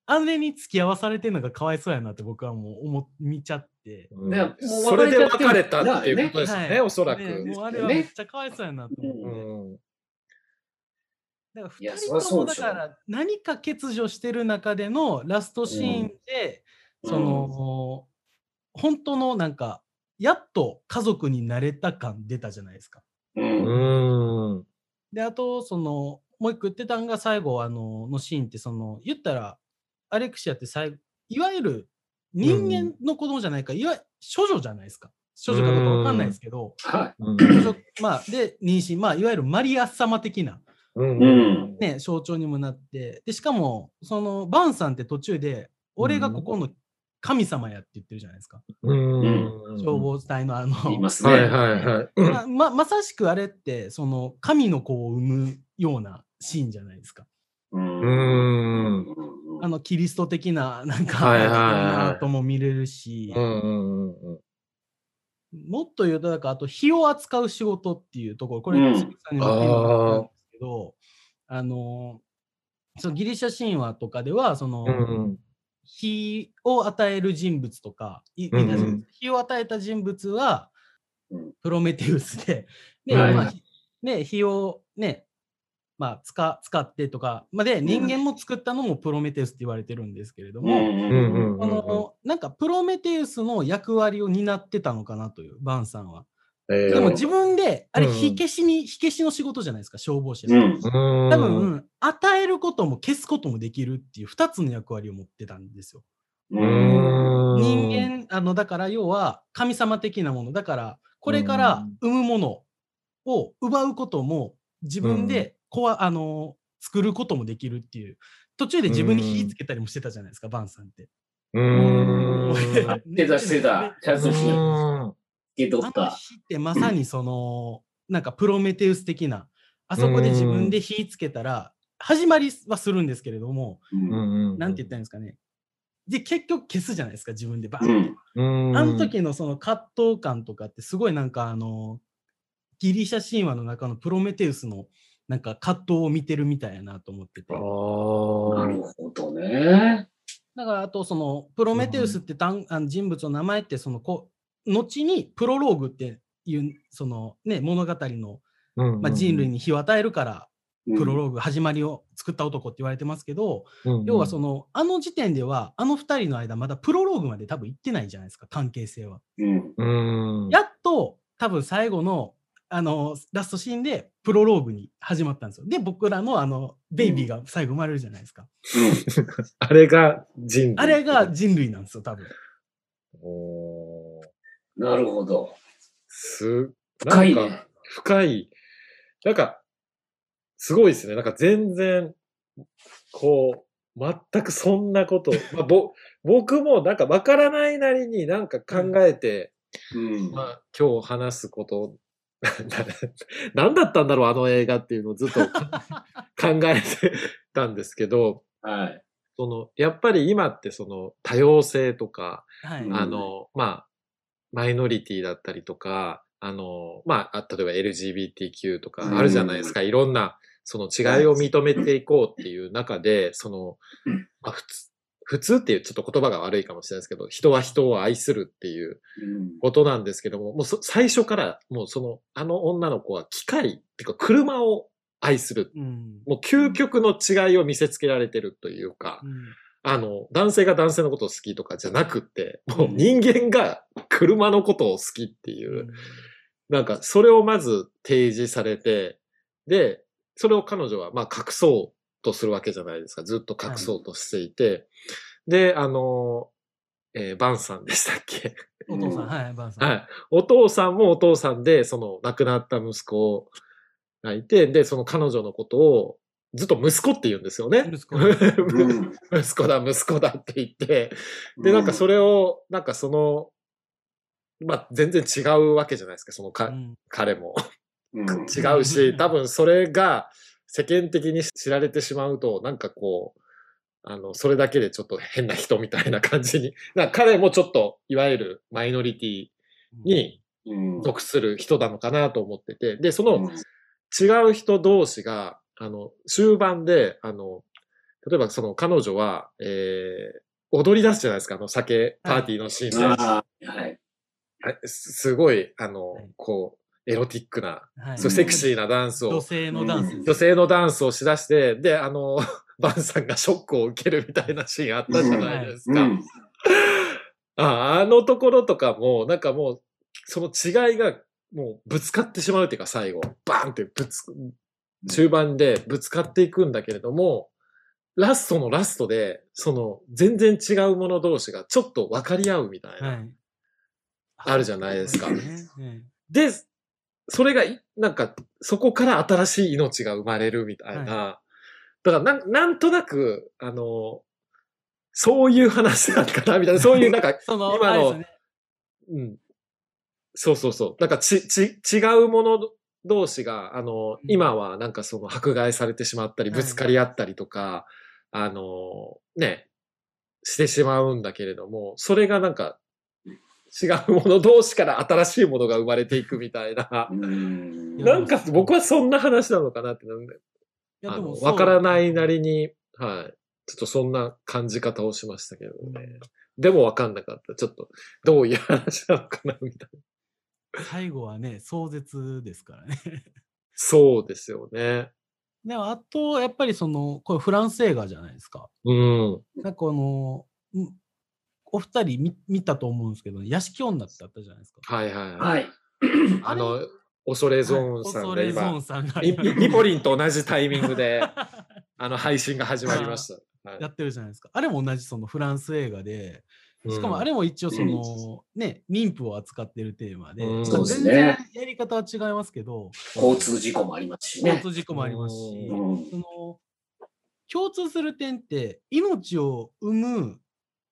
Speaker 1: あれに付き合わされてるのがかわいそうやなって僕はもう思見ちゃって。
Speaker 2: うん
Speaker 3: だからもう
Speaker 2: それで別れたっていうことです
Speaker 1: は
Speaker 2: ね、
Speaker 1: い
Speaker 2: おそらく。
Speaker 1: ねもうあ
Speaker 2: う
Speaker 1: れはめっちゃかわいそうやなと思って。
Speaker 2: ん。
Speaker 1: だか
Speaker 3: い
Speaker 1: ら
Speaker 3: や
Speaker 1: 2
Speaker 3: そり
Speaker 1: 人
Speaker 3: ゃ
Speaker 1: と
Speaker 3: そ
Speaker 1: も
Speaker 3: うで
Speaker 1: だ
Speaker 3: しょ
Speaker 1: から何か欠如してる中でのラストシーンで、
Speaker 3: うん
Speaker 1: その、本当のなんかやっと家族になれた感出たじゃないですか。
Speaker 3: う。
Speaker 2: うんん。
Speaker 1: であとそのもう一個言ってたんが最後あののシーンってその言ったらアレクシアって最後いわゆる人間の子供じゃないか、いわゆる処女じゃないですか処女かどうかわかんないですけど、
Speaker 3: は
Speaker 1: 処女まあで妊娠まあいわゆるマリア様的な、
Speaker 2: うん。
Speaker 3: うん
Speaker 1: ね、象徴にもなってでしかもそのバンさんって途中で俺がここの神様やって言ってるじゃないですか、
Speaker 2: うん。
Speaker 1: 消防隊のあの
Speaker 3: い。言いますね。
Speaker 2: はいはいはい。うん
Speaker 1: まままさしくあれってその神の子を産むようなシーンじゃないですか。
Speaker 3: うん。
Speaker 2: う
Speaker 3: うん
Speaker 2: ん。
Speaker 1: あのキリスト的な なんか
Speaker 2: はいはいはい
Speaker 1: なとも見れるし、
Speaker 2: うんうんうん
Speaker 1: もっと言うとだからあと火を扱う仕事っていうところこれ、
Speaker 3: うん
Speaker 1: 鈴木さんにも言ってもらったんですけどあのそのギリシャ神話とかではその、
Speaker 2: うん
Speaker 1: 火を与える人物とか、い
Speaker 2: うんうん
Speaker 1: みんなそうです火を与えた人物は
Speaker 3: うん
Speaker 1: プロメテウスで、ね
Speaker 3: はい
Speaker 1: まあひね火をね、まあ、使使ってとか、まあ、で人間も作ったのもプロメテウスって言われてるんですけれど
Speaker 3: う
Speaker 1: も、
Speaker 3: ん
Speaker 2: う
Speaker 3: う
Speaker 2: う
Speaker 3: ん
Speaker 2: んんうん
Speaker 1: このなんかプロメテウスの役割を担ってたのかなというバンさんは。
Speaker 2: えー
Speaker 1: でも自分であれ
Speaker 2: うんうん
Speaker 1: 火消しに、火消しの仕事じゃないですか消防士
Speaker 3: う
Speaker 1: は。
Speaker 3: ん。
Speaker 1: 多分与えることも消すこともできるっていう2つの役割を持ってたんですよ。
Speaker 2: う
Speaker 3: うん。
Speaker 2: ん
Speaker 1: 人間あのだから要は神様的なものだからこれから産むものを奪うことも自分でこわ、あの作ることもできるっていう途中で自分に火つけたりもしてたじゃないですか、バンさんって。
Speaker 2: うん
Speaker 1: 覚え
Speaker 3: 出たして
Speaker 1: ね
Speaker 3: た。ちゃんと
Speaker 1: う
Speaker 3: 火け取
Speaker 1: あ
Speaker 3: っ
Speaker 1: の
Speaker 3: た。
Speaker 1: 火ってまさにそのなんかプロメテウス的なあそこで自分で火つけたら始まりはするんですけれども
Speaker 3: うん。
Speaker 1: なんて言ったらいいんですかねで結局消すじゃないですか自分でバンっ
Speaker 3: う
Speaker 1: て。
Speaker 3: ん。
Speaker 2: うん
Speaker 1: あの時のその葛藤感とかってすごいなんかあのギリシャ神話の中のプロメテウスのなんか葛藤を見てるみたいやなと思ってて
Speaker 2: あ
Speaker 3: な
Speaker 2: ー
Speaker 3: るほどね。
Speaker 1: だからあとそのプロメテウスって単あの人物の名前ってそのこ後にプロローグっていうそのね物語の、
Speaker 2: うん
Speaker 1: まあ、人類に火を与えるから
Speaker 3: うん
Speaker 1: プロローグ始まりを作った男って言われてますけど、
Speaker 2: うん
Speaker 1: 要はそのあの時点ではあの2人の間まだプロローグまで多分行ってないじゃないですか関係性は。
Speaker 3: うん。
Speaker 2: うん
Speaker 1: やっと多分最後のあのラストシーンでプロローグに始まったんですよ。で僕らのあのベイビーが最後生まれるじゃないですか。
Speaker 2: あれが人類
Speaker 1: あれが人類なんですよ多 分。
Speaker 2: おー
Speaker 3: うん。なるほど。
Speaker 2: す
Speaker 3: 深い
Speaker 2: なんか
Speaker 3: ね。
Speaker 2: 深い。なんか、すごいですね。なんか全然、こう、全くそんなこと、まあ、ぼ僕もなんかわからないなりになんか考えて、
Speaker 3: うん。
Speaker 2: まあ、今日話すこと 何だったんだろう、あの映画っていうのをずっ と考えてたんですけど、
Speaker 3: はい。
Speaker 2: その、やっぱり今ってその多様性とか、
Speaker 1: はい。
Speaker 3: うん
Speaker 2: あの、まあ、マイノリティだったりとか、あの、まあ、あ例えば LGBTQ と
Speaker 3: うん
Speaker 2: かあるじゃないですか、いろんな、その違いを認めていこうっていう中で、その
Speaker 3: うん、
Speaker 2: まあ、普通、普通っていうちょっと言葉が悪いかもしれないですけど、人は人を愛するっていう
Speaker 3: うん
Speaker 2: ことなんですけども、もうそ最初から、もうその、あの女の子は機械、っていうか車を愛する。
Speaker 1: うん。
Speaker 2: もう究極の違いを見せつけられてるというか、
Speaker 1: うん
Speaker 2: あの、男性が男性のことを好きとかじゃなくって、もううん人間が車のことを好きっていうう、
Speaker 1: ん
Speaker 2: なんかそれをまず提示されて、で、それを彼女はまあ隠そうとするわけじゃないですか。ずっと隠そうとしていて。で、あの、えーバンさんでしたっけ
Speaker 1: お父さん、はい、バンさん。。
Speaker 2: はいい。お父さんもお父さんで、その亡くなった息子がいて、で、その彼女のことをずっと息子って言うんですよね。
Speaker 1: 息子です
Speaker 3: う ん
Speaker 2: 息子だ、息子だって言って、で、なんかそれを、なんかその、まあ、全然違うわけじゃないですか、そのか、
Speaker 1: うん
Speaker 2: 彼も。
Speaker 3: うん
Speaker 2: 違うし、多分それが世間的に知られてしまうと、なんかこう、あの、それだけでちょっと変な人みたいな感じに。 なんか彼もちょっと、いわゆるマイノリティに
Speaker 3: うん
Speaker 2: 属する人なのかなと思ってて、で、その、
Speaker 3: うん
Speaker 2: 違う人同士が、あの、終盤で、あの、例えばその彼女は、えー、踊り出すじゃないですか、あの酒、パーティーのシーンで。
Speaker 3: あーはい。
Speaker 2: あすすごい、あの、
Speaker 1: はい
Speaker 2: こう、エロティックな、
Speaker 1: はい
Speaker 2: そうセクシーなダンス
Speaker 1: 女
Speaker 2: を、
Speaker 1: 性のダンスです。
Speaker 2: 女性のダンスをしだして、で、あの、 バンさんがショックを受けるみたいなシーンあったじゃないですか。
Speaker 3: うん
Speaker 2: ああのところとかも、なんかもう、その違いが、もうぶつかってしまうっていうか、最後、バーンってぶつ、中盤でぶつかっていくんだけれども、ラストのラストで、その、全然違うもの同士がちょっと分かり合うみたいな。
Speaker 1: はい。
Speaker 2: あるじゃないですか
Speaker 1: そうですね
Speaker 2: で、それがい、なんか、そこから新しい命が生まれるみたいな。だからなん、なんとなく、あの、そういう話なんかなみたいな、そういうなんか、
Speaker 1: その、今
Speaker 2: 今の
Speaker 1: の、ね、
Speaker 2: うん。そうそうそう。なんかち、ち、違うもの同士が、あの、
Speaker 1: うん
Speaker 2: 今はなんかその迫害されてしまったり、
Speaker 1: はい
Speaker 2: ぶつかり合ったりとか、あの、ね、してしまうんだけれども、それがなんか、違うもの同士から新しいものが生まれていくみたい な。
Speaker 3: うん
Speaker 1: いや
Speaker 2: なんか僕はそんな話なのかなってなんで、
Speaker 1: いや
Speaker 2: あ
Speaker 1: で
Speaker 2: の
Speaker 1: も
Speaker 2: わからないな
Speaker 1: り。
Speaker 2: りに、はい。ちょっとそんな感じ方をしましたけど
Speaker 1: うん
Speaker 2: ね。でもわかんなかった。ちょっと、どういう話なのかなみたいな。
Speaker 1: 最後はね、壮絶ですからね。
Speaker 2: そうですよね。
Speaker 1: でもあと、やっぱりその、これフランス映画じゃないですか。
Speaker 2: うん。
Speaker 1: なんかこの、んお二人見見たと思うんですけど、屋敷女ってあったじゃないですか。
Speaker 2: はいはい。はい、
Speaker 3: はい。
Speaker 2: あの、恐れゾーンさん
Speaker 1: 恐
Speaker 2: が
Speaker 1: れゾー
Speaker 2: 今
Speaker 1: ン、さんが
Speaker 2: リ
Speaker 1: 今
Speaker 2: リポリンと同じタイミングで、 あの、配信が始まりました。はい
Speaker 1: やってるじゃないですか。あれも同じそのフランス映画で、しかもあ
Speaker 2: れ、
Speaker 1: れも一応その、ね、妊婦を扱ってるテーマで、
Speaker 2: うん
Speaker 1: まあ
Speaker 2: そう
Speaker 3: です
Speaker 1: 全
Speaker 3: ね
Speaker 1: 然やり方は違いますけど、
Speaker 3: 交通事故もありますし
Speaker 1: 交
Speaker 3: ね。
Speaker 1: 通事故もありますし、
Speaker 2: う
Speaker 1: その共通する点って命を生む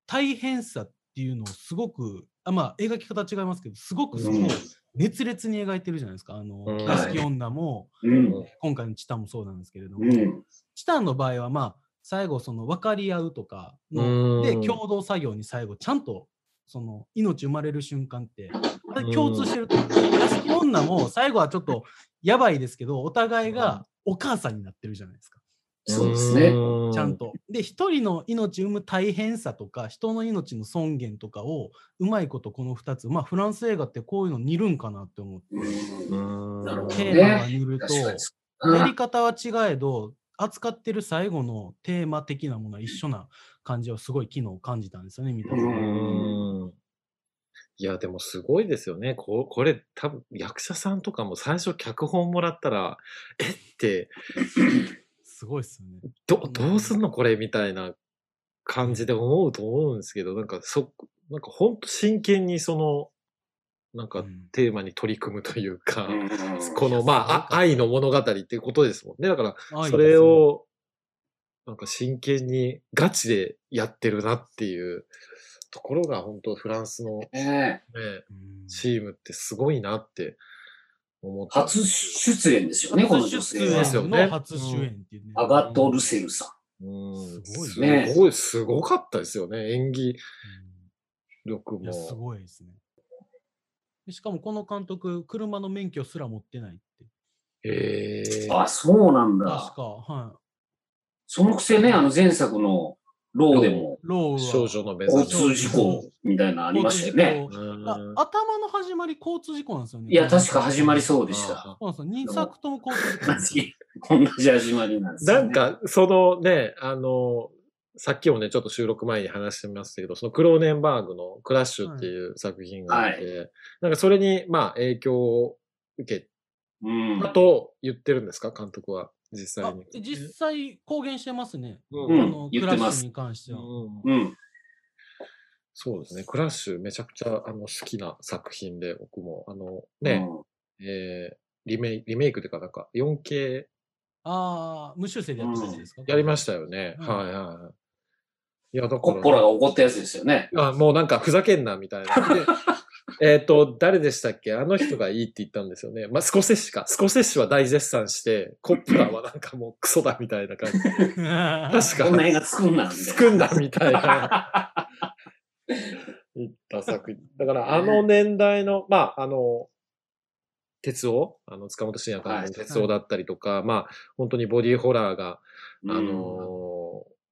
Speaker 1: 大変さっていうのをすごくあまあ描き方は違いますけどすごくそこ
Speaker 3: う
Speaker 1: を
Speaker 3: ん
Speaker 1: 熱烈に描いてるじゃないですかあの
Speaker 2: うん
Speaker 1: 「屋敷女」も
Speaker 3: うん。
Speaker 1: 今回の「チタ」もそうなんですけれども、
Speaker 3: うん。
Speaker 1: チタの場合はまあ最後その分かり合うとか
Speaker 2: う
Speaker 1: の
Speaker 2: ん
Speaker 1: で共同作業に最後ちゃんとその命生まれる瞬間ってあれ共通してると思うんですよ。屋敷女も最後はちょっとやばいですけどお互いがお母さんになってるじゃないですか。
Speaker 3: そうですね。
Speaker 2: う
Speaker 1: ちゃん。と。で、一人の命生む大変さとか、人の命の尊厳とかを、うまいことこの2つ、まあ、フランス映画ってこういうの似るんかなって思って、
Speaker 2: う
Speaker 3: うん
Speaker 2: ん
Speaker 3: なるほど
Speaker 1: テ
Speaker 3: ね
Speaker 1: ーマが似ると、
Speaker 3: 確かにそ
Speaker 1: やり方は違えど、扱ってる最後のテーマ的なものは一緒な感じをすごい昨日感じたんですよね、見たら。
Speaker 3: うん
Speaker 2: うんいや、でもすごいですよね。ここれ、多分役者さんとかも最初脚本もらったら、えって、
Speaker 1: すごいっすよね。
Speaker 2: ど、どうすんのこれみたいな感じで思うと思うんですけど、なんかそ、なんかほんと真剣にその、なんか
Speaker 1: うん
Speaker 2: テーマに取り組むというか、
Speaker 3: うん
Speaker 2: この、まあ、あ愛の物語っていうことですもんね。だから、それ、を、なんか真剣にガチでやってるなっていうところが本当フランスのね、
Speaker 3: ね
Speaker 1: 愛ですねうん
Speaker 2: チームってすごいなって思ったんです
Speaker 3: 初出演ですよね、この女性は
Speaker 2: 初。出演
Speaker 1: の初主演っていうね。
Speaker 3: アガト・ルセルさん。
Speaker 2: うん
Speaker 1: す
Speaker 2: す
Speaker 1: ご
Speaker 3: いね
Speaker 2: ごい、すごかったですよね。演技力
Speaker 1: うんいや、す
Speaker 2: も。
Speaker 1: ごいですね。でしかもこの監督、車の免許すら持ってないって。
Speaker 2: ええ
Speaker 3: あ、そうなん
Speaker 1: 確
Speaker 3: だ。
Speaker 1: か、はい。
Speaker 3: そのくせね、あの前作のローでも
Speaker 1: ローは
Speaker 2: 少女の目覚
Speaker 3: 交
Speaker 2: め。
Speaker 3: 通事故みたいなのありましたよね。
Speaker 1: 交通事
Speaker 2: う
Speaker 1: 故
Speaker 2: ん
Speaker 1: だ頭の始まり交通事故なんですよね。
Speaker 3: いや、確か始まりそうでした。
Speaker 2: あ
Speaker 1: そうなんですよ。2作とも交通事故なん ですよ。
Speaker 3: 同じ始まりなんです
Speaker 2: な
Speaker 3: よね
Speaker 2: ん、か、そのね、あの、さっきもね、ちょっと収録前に話してましたけど、そのクローネンバーグのクラッシュっていう作品があって、なんかそれに、まあ、影響を受け
Speaker 3: うん
Speaker 2: たと言ってるんですか、監督は、実
Speaker 1: あ
Speaker 2: 際に。
Speaker 1: 実際公言してますね。
Speaker 2: う
Speaker 1: こ
Speaker 2: ん
Speaker 1: のク
Speaker 3: 言っ
Speaker 1: ラ
Speaker 3: て
Speaker 1: ッ
Speaker 3: ま
Speaker 1: シ
Speaker 3: す
Speaker 1: ュに関しては。
Speaker 2: うん
Speaker 3: うん。
Speaker 2: そうですね。クラッシュめちゃくちゃあの好きな作品で、僕も、あのね、えーリメイリメイクというかなんか 4K
Speaker 1: ああ、無修正でやってたやつですか、
Speaker 2: やりましたよね。
Speaker 1: うん
Speaker 2: はいはいはい。いや、だ
Speaker 3: コ
Speaker 2: か
Speaker 3: ッポラ
Speaker 2: ら、
Speaker 3: が怒ったやつですよね。
Speaker 2: あもうなんかふざけんなみたいな。 でえっと、誰でしたっけあの人がいいって言ったんですよね。まあ、スコセッシか。スコセッシは大絶賛して、コップラはなんかもうクソだみたいな感じ。
Speaker 1: た。
Speaker 2: 確
Speaker 3: こんな
Speaker 2: か、
Speaker 3: 映画作んなんで。
Speaker 2: 作んだみたい な。言った作品。だから、あの年代の、まあ、あの、鉄夫あの、塚本慎也監督の
Speaker 1: はい
Speaker 2: 鉄夫だったりとか、まあ、本当にボディーホラーが、
Speaker 3: うん
Speaker 2: あのー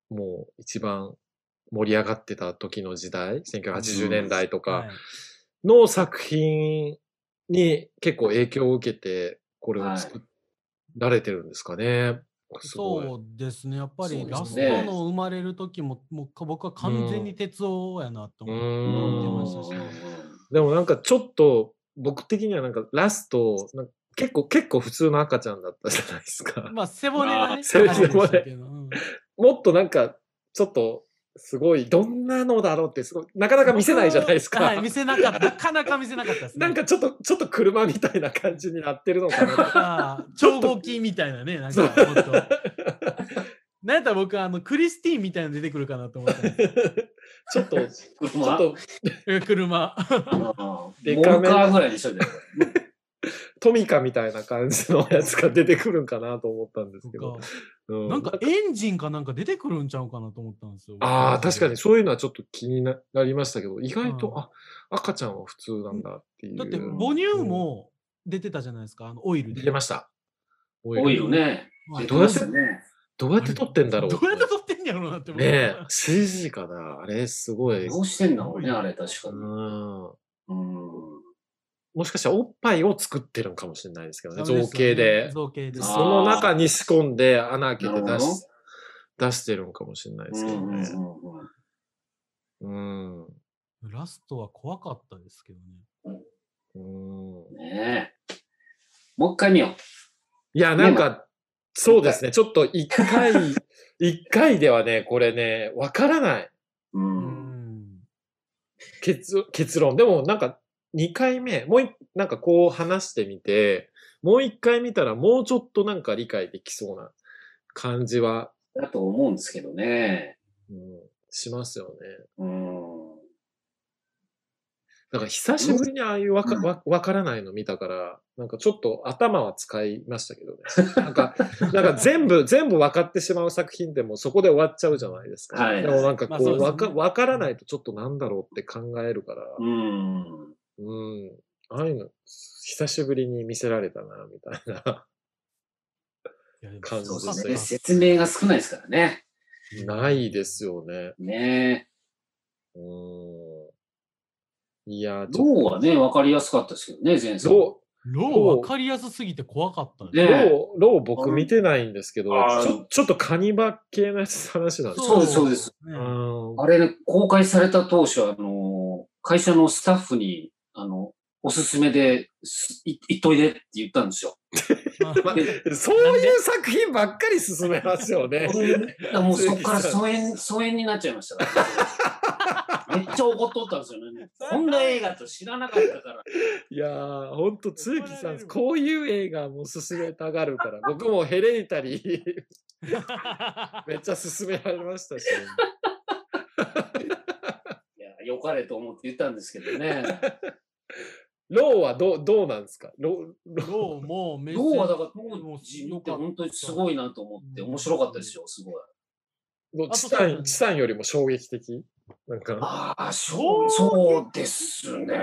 Speaker 2: もう一番盛り上がってた時の時代、1980年代と
Speaker 1: は
Speaker 2: か
Speaker 1: い
Speaker 2: の作品に結構影響を受けて、これを作られてるんですかね。すごい。
Speaker 1: そうですね、やっぱり
Speaker 3: そうで
Speaker 1: ラス
Speaker 3: す
Speaker 1: ト
Speaker 3: ね
Speaker 1: の生まれる時も、もうか僕は完全に鉄夫やなと
Speaker 2: う
Speaker 1: 思って。
Speaker 3: うん
Speaker 2: ん
Speaker 1: ましたし
Speaker 2: でもなんかちょっと僕的にはなんかラスト、なんか結構結構普通の赤ちゃんだったじゃないですか。
Speaker 1: まあ、背骨がね、
Speaker 2: 背骨
Speaker 1: あれでしたけどうん
Speaker 2: もっとなんかちょっとすごい、どんなのだろうってすごい、なかなか見せないじゃないですか。
Speaker 1: はい、見せなかった。なかなか見せなかったですね。
Speaker 2: なんかちょっと、ちょっと車みたいな感じになってるの かな。
Speaker 1: ああ、超合金みたいなね、なんか、もっと。なんやったら僕、あの、クリスティーンみたいなの出てくるかなと思ったんですよ
Speaker 2: ちょっと、ちょ
Speaker 3: 車
Speaker 2: っと
Speaker 1: え車。
Speaker 3: うんモ
Speaker 2: デ
Speaker 3: ル
Speaker 2: カめ
Speaker 3: カーぐらいでしょ、でも
Speaker 2: トミカみたいな感じのやつが出てくるんかなと思ったんですけど。う
Speaker 1: なんか、エンジンかなんか出てくるんちゃうかなと思ったんですよ。
Speaker 2: ああ、確か
Speaker 1: に。
Speaker 2: にそういうのはちょっと気にななりましたけど、意外と、
Speaker 1: うん
Speaker 2: あ、赤ちゃんは普通なんだっていう。
Speaker 1: だって、母乳も出てたじゃないですか、あのオイル
Speaker 2: 出
Speaker 1: で
Speaker 2: て。ました。オ
Speaker 3: オイル。ね。
Speaker 1: はい
Speaker 2: ど
Speaker 3: 出て
Speaker 2: うや
Speaker 3: ま
Speaker 2: っ
Speaker 3: してたね。
Speaker 2: どうやって撮ってんだろう。
Speaker 1: どうやって撮ってんやろうなって思
Speaker 2: ね
Speaker 1: って
Speaker 2: え、CG かなあれ、すごい。
Speaker 3: どうしてんだろうね、あれ、確か
Speaker 2: う
Speaker 3: に。
Speaker 2: ん。
Speaker 3: うん
Speaker 2: もしかしたらおっぱいを作ってるのかもしれないですけどね、
Speaker 1: そう
Speaker 2: 造
Speaker 1: すよね
Speaker 2: 形で。
Speaker 1: 造形で。
Speaker 3: あー
Speaker 2: その中に仕込んで穴開けて出
Speaker 3: なるほ
Speaker 2: し出してるのかもしれないですけどね。うん。う
Speaker 1: ラストは怖かったですけどね。
Speaker 2: ん
Speaker 3: ねえ。もう一回見よ
Speaker 2: いや、なんか、そうですね。ちょっと一回、 一回ではね、これね、わからない。
Speaker 3: う。
Speaker 1: う
Speaker 3: うん。
Speaker 1: ん。
Speaker 2: 結結論。でも、なんか、二回目、もうい、なんかこう話してみて、もう一回見たら、もうちょっとなんか理解できそうな感じは、
Speaker 3: だと思うんですけどね。
Speaker 2: うん、しますよね。
Speaker 3: うん。
Speaker 2: だから久しぶりにああいうわか,
Speaker 3: うん
Speaker 2: わ、わからないの見たから、なんかちょっと頭は使いましたけどね。 なんか、なんか全 部、全部分かってしまう作品でもそこで終わっちゃうじゃないですか。
Speaker 3: はい
Speaker 2: でもなんか
Speaker 1: まあ
Speaker 2: こ
Speaker 1: そう
Speaker 2: う、
Speaker 1: ですね
Speaker 2: わ、か、わからないとちょっとなんだろうって考えるから、
Speaker 3: うん。
Speaker 2: うん。ああいうの、久しぶりに見せられたな、みたいな。
Speaker 1: いやでも
Speaker 2: 感
Speaker 3: そう
Speaker 2: 動
Speaker 3: です
Speaker 2: る
Speaker 3: ね。説明が少ないですからね。
Speaker 2: ない ですよね。
Speaker 3: ね
Speaker 2: うん。いや、
Speaker 3: え。
Speaker 2: ちょっ
Speaker 3: ローはね、わかりやすかったですけどね、前
Speaker 2: と、
Speaker 3: 作。
Speaker 2: ロ
Speaker 1: ロー分かりやすすぎて怖かった
Speaker 2: ー、
Speaker 1: ね。
Speaker 3: ね
Speaker 2: ロー、ロー僕見てないんですけど、
Speaker 3: あー
Speaker 2: ちょちょっとカニバ系のやつ話なんです
Speaker 3: そうです、そうです。
Speaker 1: ね
Speaker 2: うん
Speaker 3: あれね、公開された当初、あの、会社のスタッフに、あの、おすすめで、すい行っといでって言ったんですよ。
Speaker 2: ま
Speaker 3: で
Speaker 2: そういう作品ばっかり進めますよね。
Speaker 3: もうそこから疎遠、疎遠になっちゃいましたから。めっちゃ怒っとったんですよ ね。こんな映画と知らなかったから。
Speaker 2: いやー、ほんと、つ木さん、こういう映画も進めたがるから、僕もヘレニタリー めっちゃ進められましたし、
Speaker 3: いや、良かれと思って言ったんですけどね。
Speaker 2: ローはどう、どうなんですかロー、ロー
Speaker 1: ローもめっちゃ
Speaker 3: ローはだから
Speaker 1: も
Speaker 3: 当
Speaker 1: う
Speaker 3: 時
Speaker 1: よ
Speaker 3: 見
Speaker 1: か
Speaker 3: て
Speaker 1: った
Speaker 3: 本当にすごいなと思って、
Speaker 1: うん
Speaker 3: 面白かったですよ、すごい。
Speaker 2: の
Speaker 1: あと
Speaker 2: チタ
Speaker 1: さ
Speaker 2: ン、チタンよりも衝撃的なんか。
Speaker 3: ああ、そう、そうですね。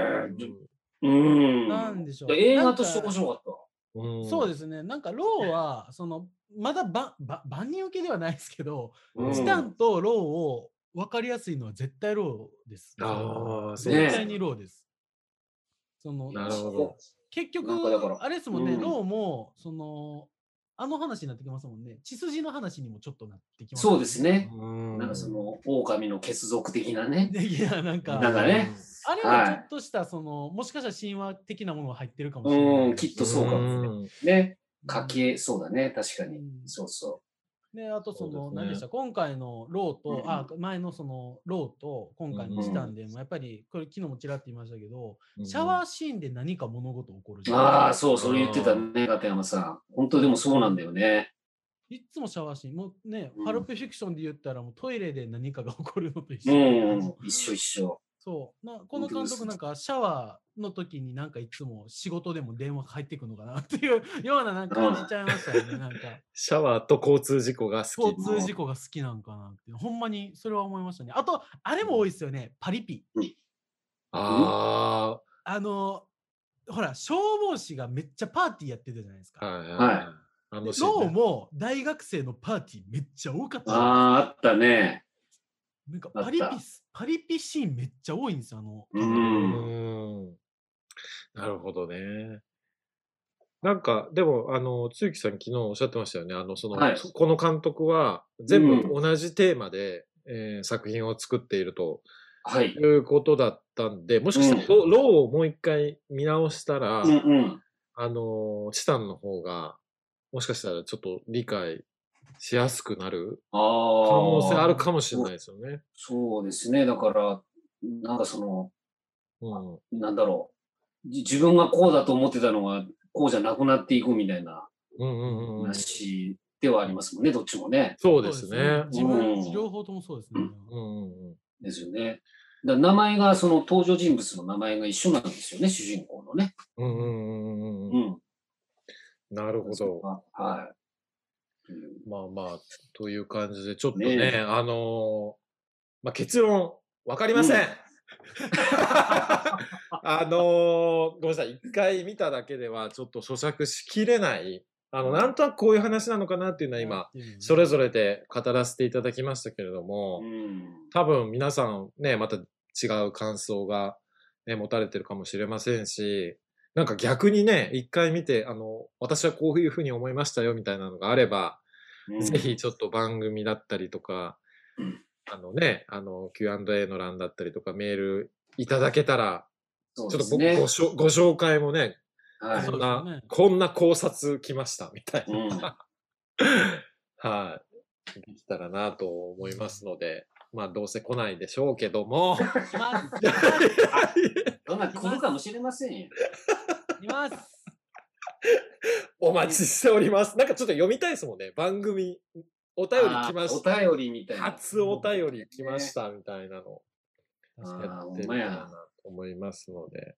Speaker 3: うん。
Speaker 1: なんでしょう
Speaker 3: いや映画として
Speaker 1: なんか
Speaker 3: 面白かった。
Speaker 2: うん
Speaker 1: そうですね。なんかローは、その、まだばば万人受けではないですけど、
Speaker 3: うん
Speaker 1: チタンとローを分かりやすいのは絶対ローです。
Speaker 2: ああ、そうで
Speaker 1: 絶
Speaker 2: す
Speaker 1: 対
Speaker 2: ね。
Speaker 1: にローです。その
Speaker 2: なるほど。
Speaker 1: 結局
Speaker 3: なんかだから
Speaker 1: あれですもんね、
Speaker 3: うん
Speaker 1: ローもそのあの話になってきますもんね血筋の話にもちょっとなってきます
Speaker 3: そうですね。
Speaker 2: うん
Speaker 3: なんかその、狼の血族的な ね。
Speaker 1: ねいやなんか
Speaker 3: なんかね。
Speaker 1: あれはちょっとしたその、もしかしたら神話的なものが入ってるかもしれない、
Speaker 3: うんきっとそうかもしれ
Speaker 2: ん
Speaker 3: ね。家系、そうだね、確かに
Speaker 1: う。ん
Speaker 3: そうそ
Speaker 1: であとその
Speaker 2: そうですね
Speaker 1: 何でした今回のローと、
Speaker 3: うん
Speaker 1: あ前のそのローと今回のチタンでもやっぱりこれ昨日もちらっと言いましたけど、シャワーシーンで何か物事起こるじ
Speaker 3: う。
Speaker 1: ゃ
Speaker 3: あ
Speaker 1: な
Speaker 3: あ、
Speaker 1: い
Speaker 3: そう、それ言ってたね、片山さん。本当でもそうなんだよね。
Speaker 1: いつもシャワーシーンもうね、
Speaker 3: うん
Speaker 1: パルプフィクションで言ったらもうトイレで何かが起こるのと一
Speaker 3: う
Speaker 1: 緒、
Speaker 3: ん、一緒一緒。
Speaker 1: そうなこの監督なんかシャワーの時になんかいつも仕事でも電話が入ってくのかなって いうようななんか感じちゃいましたよねなんか
Speaker 2: シャワーと交通事故が好
Speaker 1: 交
Speaker 2: き。
Speaker 1: 通事故が好きなんかなってほんまにそれは思いましたねあとあれも多いですよねパリピ
Speaker 2: あ
Speaker 1: あのほら消防士がめっちゃパーティーやってたじゃないです
Speaker 2: あ、
Speaker 1: か、
Speaker 2: はい
Speaker 3: はい
Speaker 2: あ
Speaker 1: で
Speaker 2: のシーン
Speaker 1: ロ
Speaker 2: ね
Speaker 1: ーも大学生のパーティーめっちゃ多かったじゃないですか
Speaker 3: ああ、あったね。
Speaker 1: なんか
Speaker 3: あった
Speaker 1: パリピス、パリピシーンめっちゃ多いんですよ、あの。
Speaker 3: う。
Speaker 2: うんんなるほどね。なんか、でも、あの、つゆきさん昨日おっしゃってましたよね。あの、その、
Speaker 3: はい
Speaker 2: そこの監督は全
Speaker 3: う
Speaker 2: 部
Speaker 3: ん
Speaker 2: 同じテーマで、えー作品を作っていると
Speaker 3: はい
Speaker 2: い。うことだったんで、もしかしたらロ、ローをもう一回見直したら、
Speaker 3: うんうん。
Speaker 2: あの、チタンの方が、もしかしたらちょっと理解しやすくなる
Speaker 3: ああ。
Speaker 2: 可
Speaker 3: 可
Speaker 2: 能性あるかもしれないですよね。
Speaker 3: そうですね。だから、なんかその、
Speaker 2: うん。
Speaker 3: なんだろう。じ自分がこうだと思ってたのが、こうじゃなくなっていくみたいな
Speaker 2: うんうんうんうん。
Speaker 3: 話ではありますもんね、どっちもね。
Speaker 2: そうですね。
Speaker 1: 自分、
Speaker 3: うん
Speaker 1: 両方ともそうですね。
Speaker 2: うんうんうん。
Speaker 3: ですよね。だ名前が、その登場人物の名前が一緒なんですよね、主人公のね。
Speaker 2: うんうんうんうんうん。
Speaker 3: うん。
Speaker 2: なるほ
Speaker 3: そ
Speaker 2: ど
Speaker 3: こ。がはい。うん
Speaker 2: まあまあ、という感じで、ちょっとね、
Speaker 3: ねえ
Speaker 2: あのーまあ、結論、わかりません、
Speaker 3: うん
Speaker 2: あのーごめんなさい、一回見ただけでは、ちょっと咀嚼しきれない、あの、なんとなくこういう話なのかなっていうのは今、それぞれで語らせていただきましたけれども、
Speaker 3: うん。
Speaker 2: 多分皆さんね、また違う感想が、ね、持たれてるかもしれませんし、なんか逆にね、一回見て、あの、私はこういうふうに思いましたよみたいなのがあれば、
Speaker 3: うん
Speaker 2: ぜひちょっと番組だったりとか
Speaker 3: うん、
Speaker 2: あのね、あの、Q&A の欄だったりとかメールいただけたら、
Speaker 3: そう
Speaker 2: ちょ
Speaker 3: で
Speaker 2: っと
Speaker 3: す
Speaker 2: ご,、
Speaker 3: ね
Speaker 2: ご。しょご紹介もね、
Speaker 3: はい
Speaker 1: そう
Speaker 2: こ
Speaker 1: んですよね
Speaker 2: な、こんな考察来ましたみたいな。
Speaker 3: うん。
Speaker 2: はい。できたらなと思いますので、まあどうせ来ないでしょうけども。
Speaker 1: います。
Speaker 3: どんな来るかもしれませんよ。
Speaker 1: います。
Speaker 2: お待ちしております。なんかちょっと読みたいですもんね。番組、お便り
Speaker 3: あ
Speaker 2: 来
Speaker 3: ー
Speaker 2: ました。
Speaker 3: お便りみたいな。
Speaker 2: 初お便り来ましたみたいなの
Speaker 3: あー
Speaker 2: やっ
Speaker 3: ほ
Speaker 2: て
Speaker 3: ん
Speaker 2: み
Speaker 3: ま
Speaker 2: たい
Speaker 3: や
Speaker 2: な。と思いますので。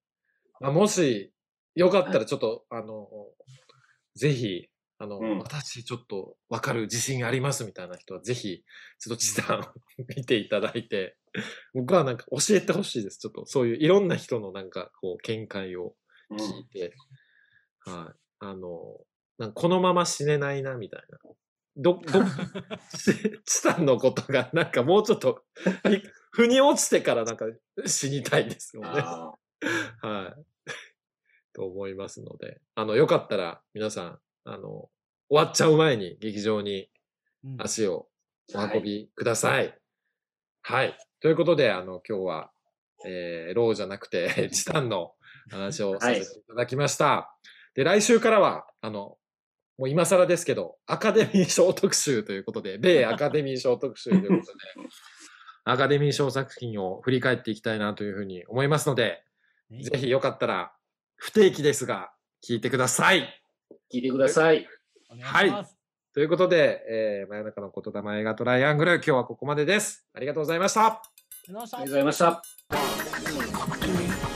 Speaker 2: まあ、もし、よかったらちょっと、あの、ぜひ、あの、
Speaker 3: うん
Speaker 2: 私ちょっとわかる自信ありますみたいな人は、ぜひ、ちょっとチタンを見ていただいて、僕はなんか教えてほしいです。ちょっとそういういろんな人のなんかこう見解を
Speaker 3: うん
Speaker 2: 聞いて、はい。あの、なんかこのまま死ねないな、みたいな。ど、ど、チチタンのことが、なんかもうちょっと、い腑に落ちてからなんか死にたいですよね。
Speaker 3: あ
Speaker 2: はい。 と思いますので、あの、よかったら皆さん、あの、終わっちゃう前に劇場に
Speaker 1: うん
Speaker 2: 足を
Speaker 3: ー
Speaker 2: お運びください。はい。ということで、あの、今日は、えー、ローじゃなく て、チタンの話をさせていただきました。で、来週からは、あの、もう今更ですけど、アカデミー賞特集ということ で、米アカデミー賞特集ということで、アカデミー賞作品を振り返っていきたいなというふうに思いますので、
Speaker 1: ね
Speaker 2: ぜひよかったら、不定期ですが、聞いてください。
Speaker 3: 聞いてください。
Speaker 1: お願いします。
Speaker 2: ということで、えー、真夜中の言霊映画トライアングル、今日はここまでです。ありがとうございました。
Speaker 1: ありがとうございまし
Speaker 3: あ
Speaker 1: た
Speaker 3: りがとうございまし
Speaker 4: 「
Speaker 3: た。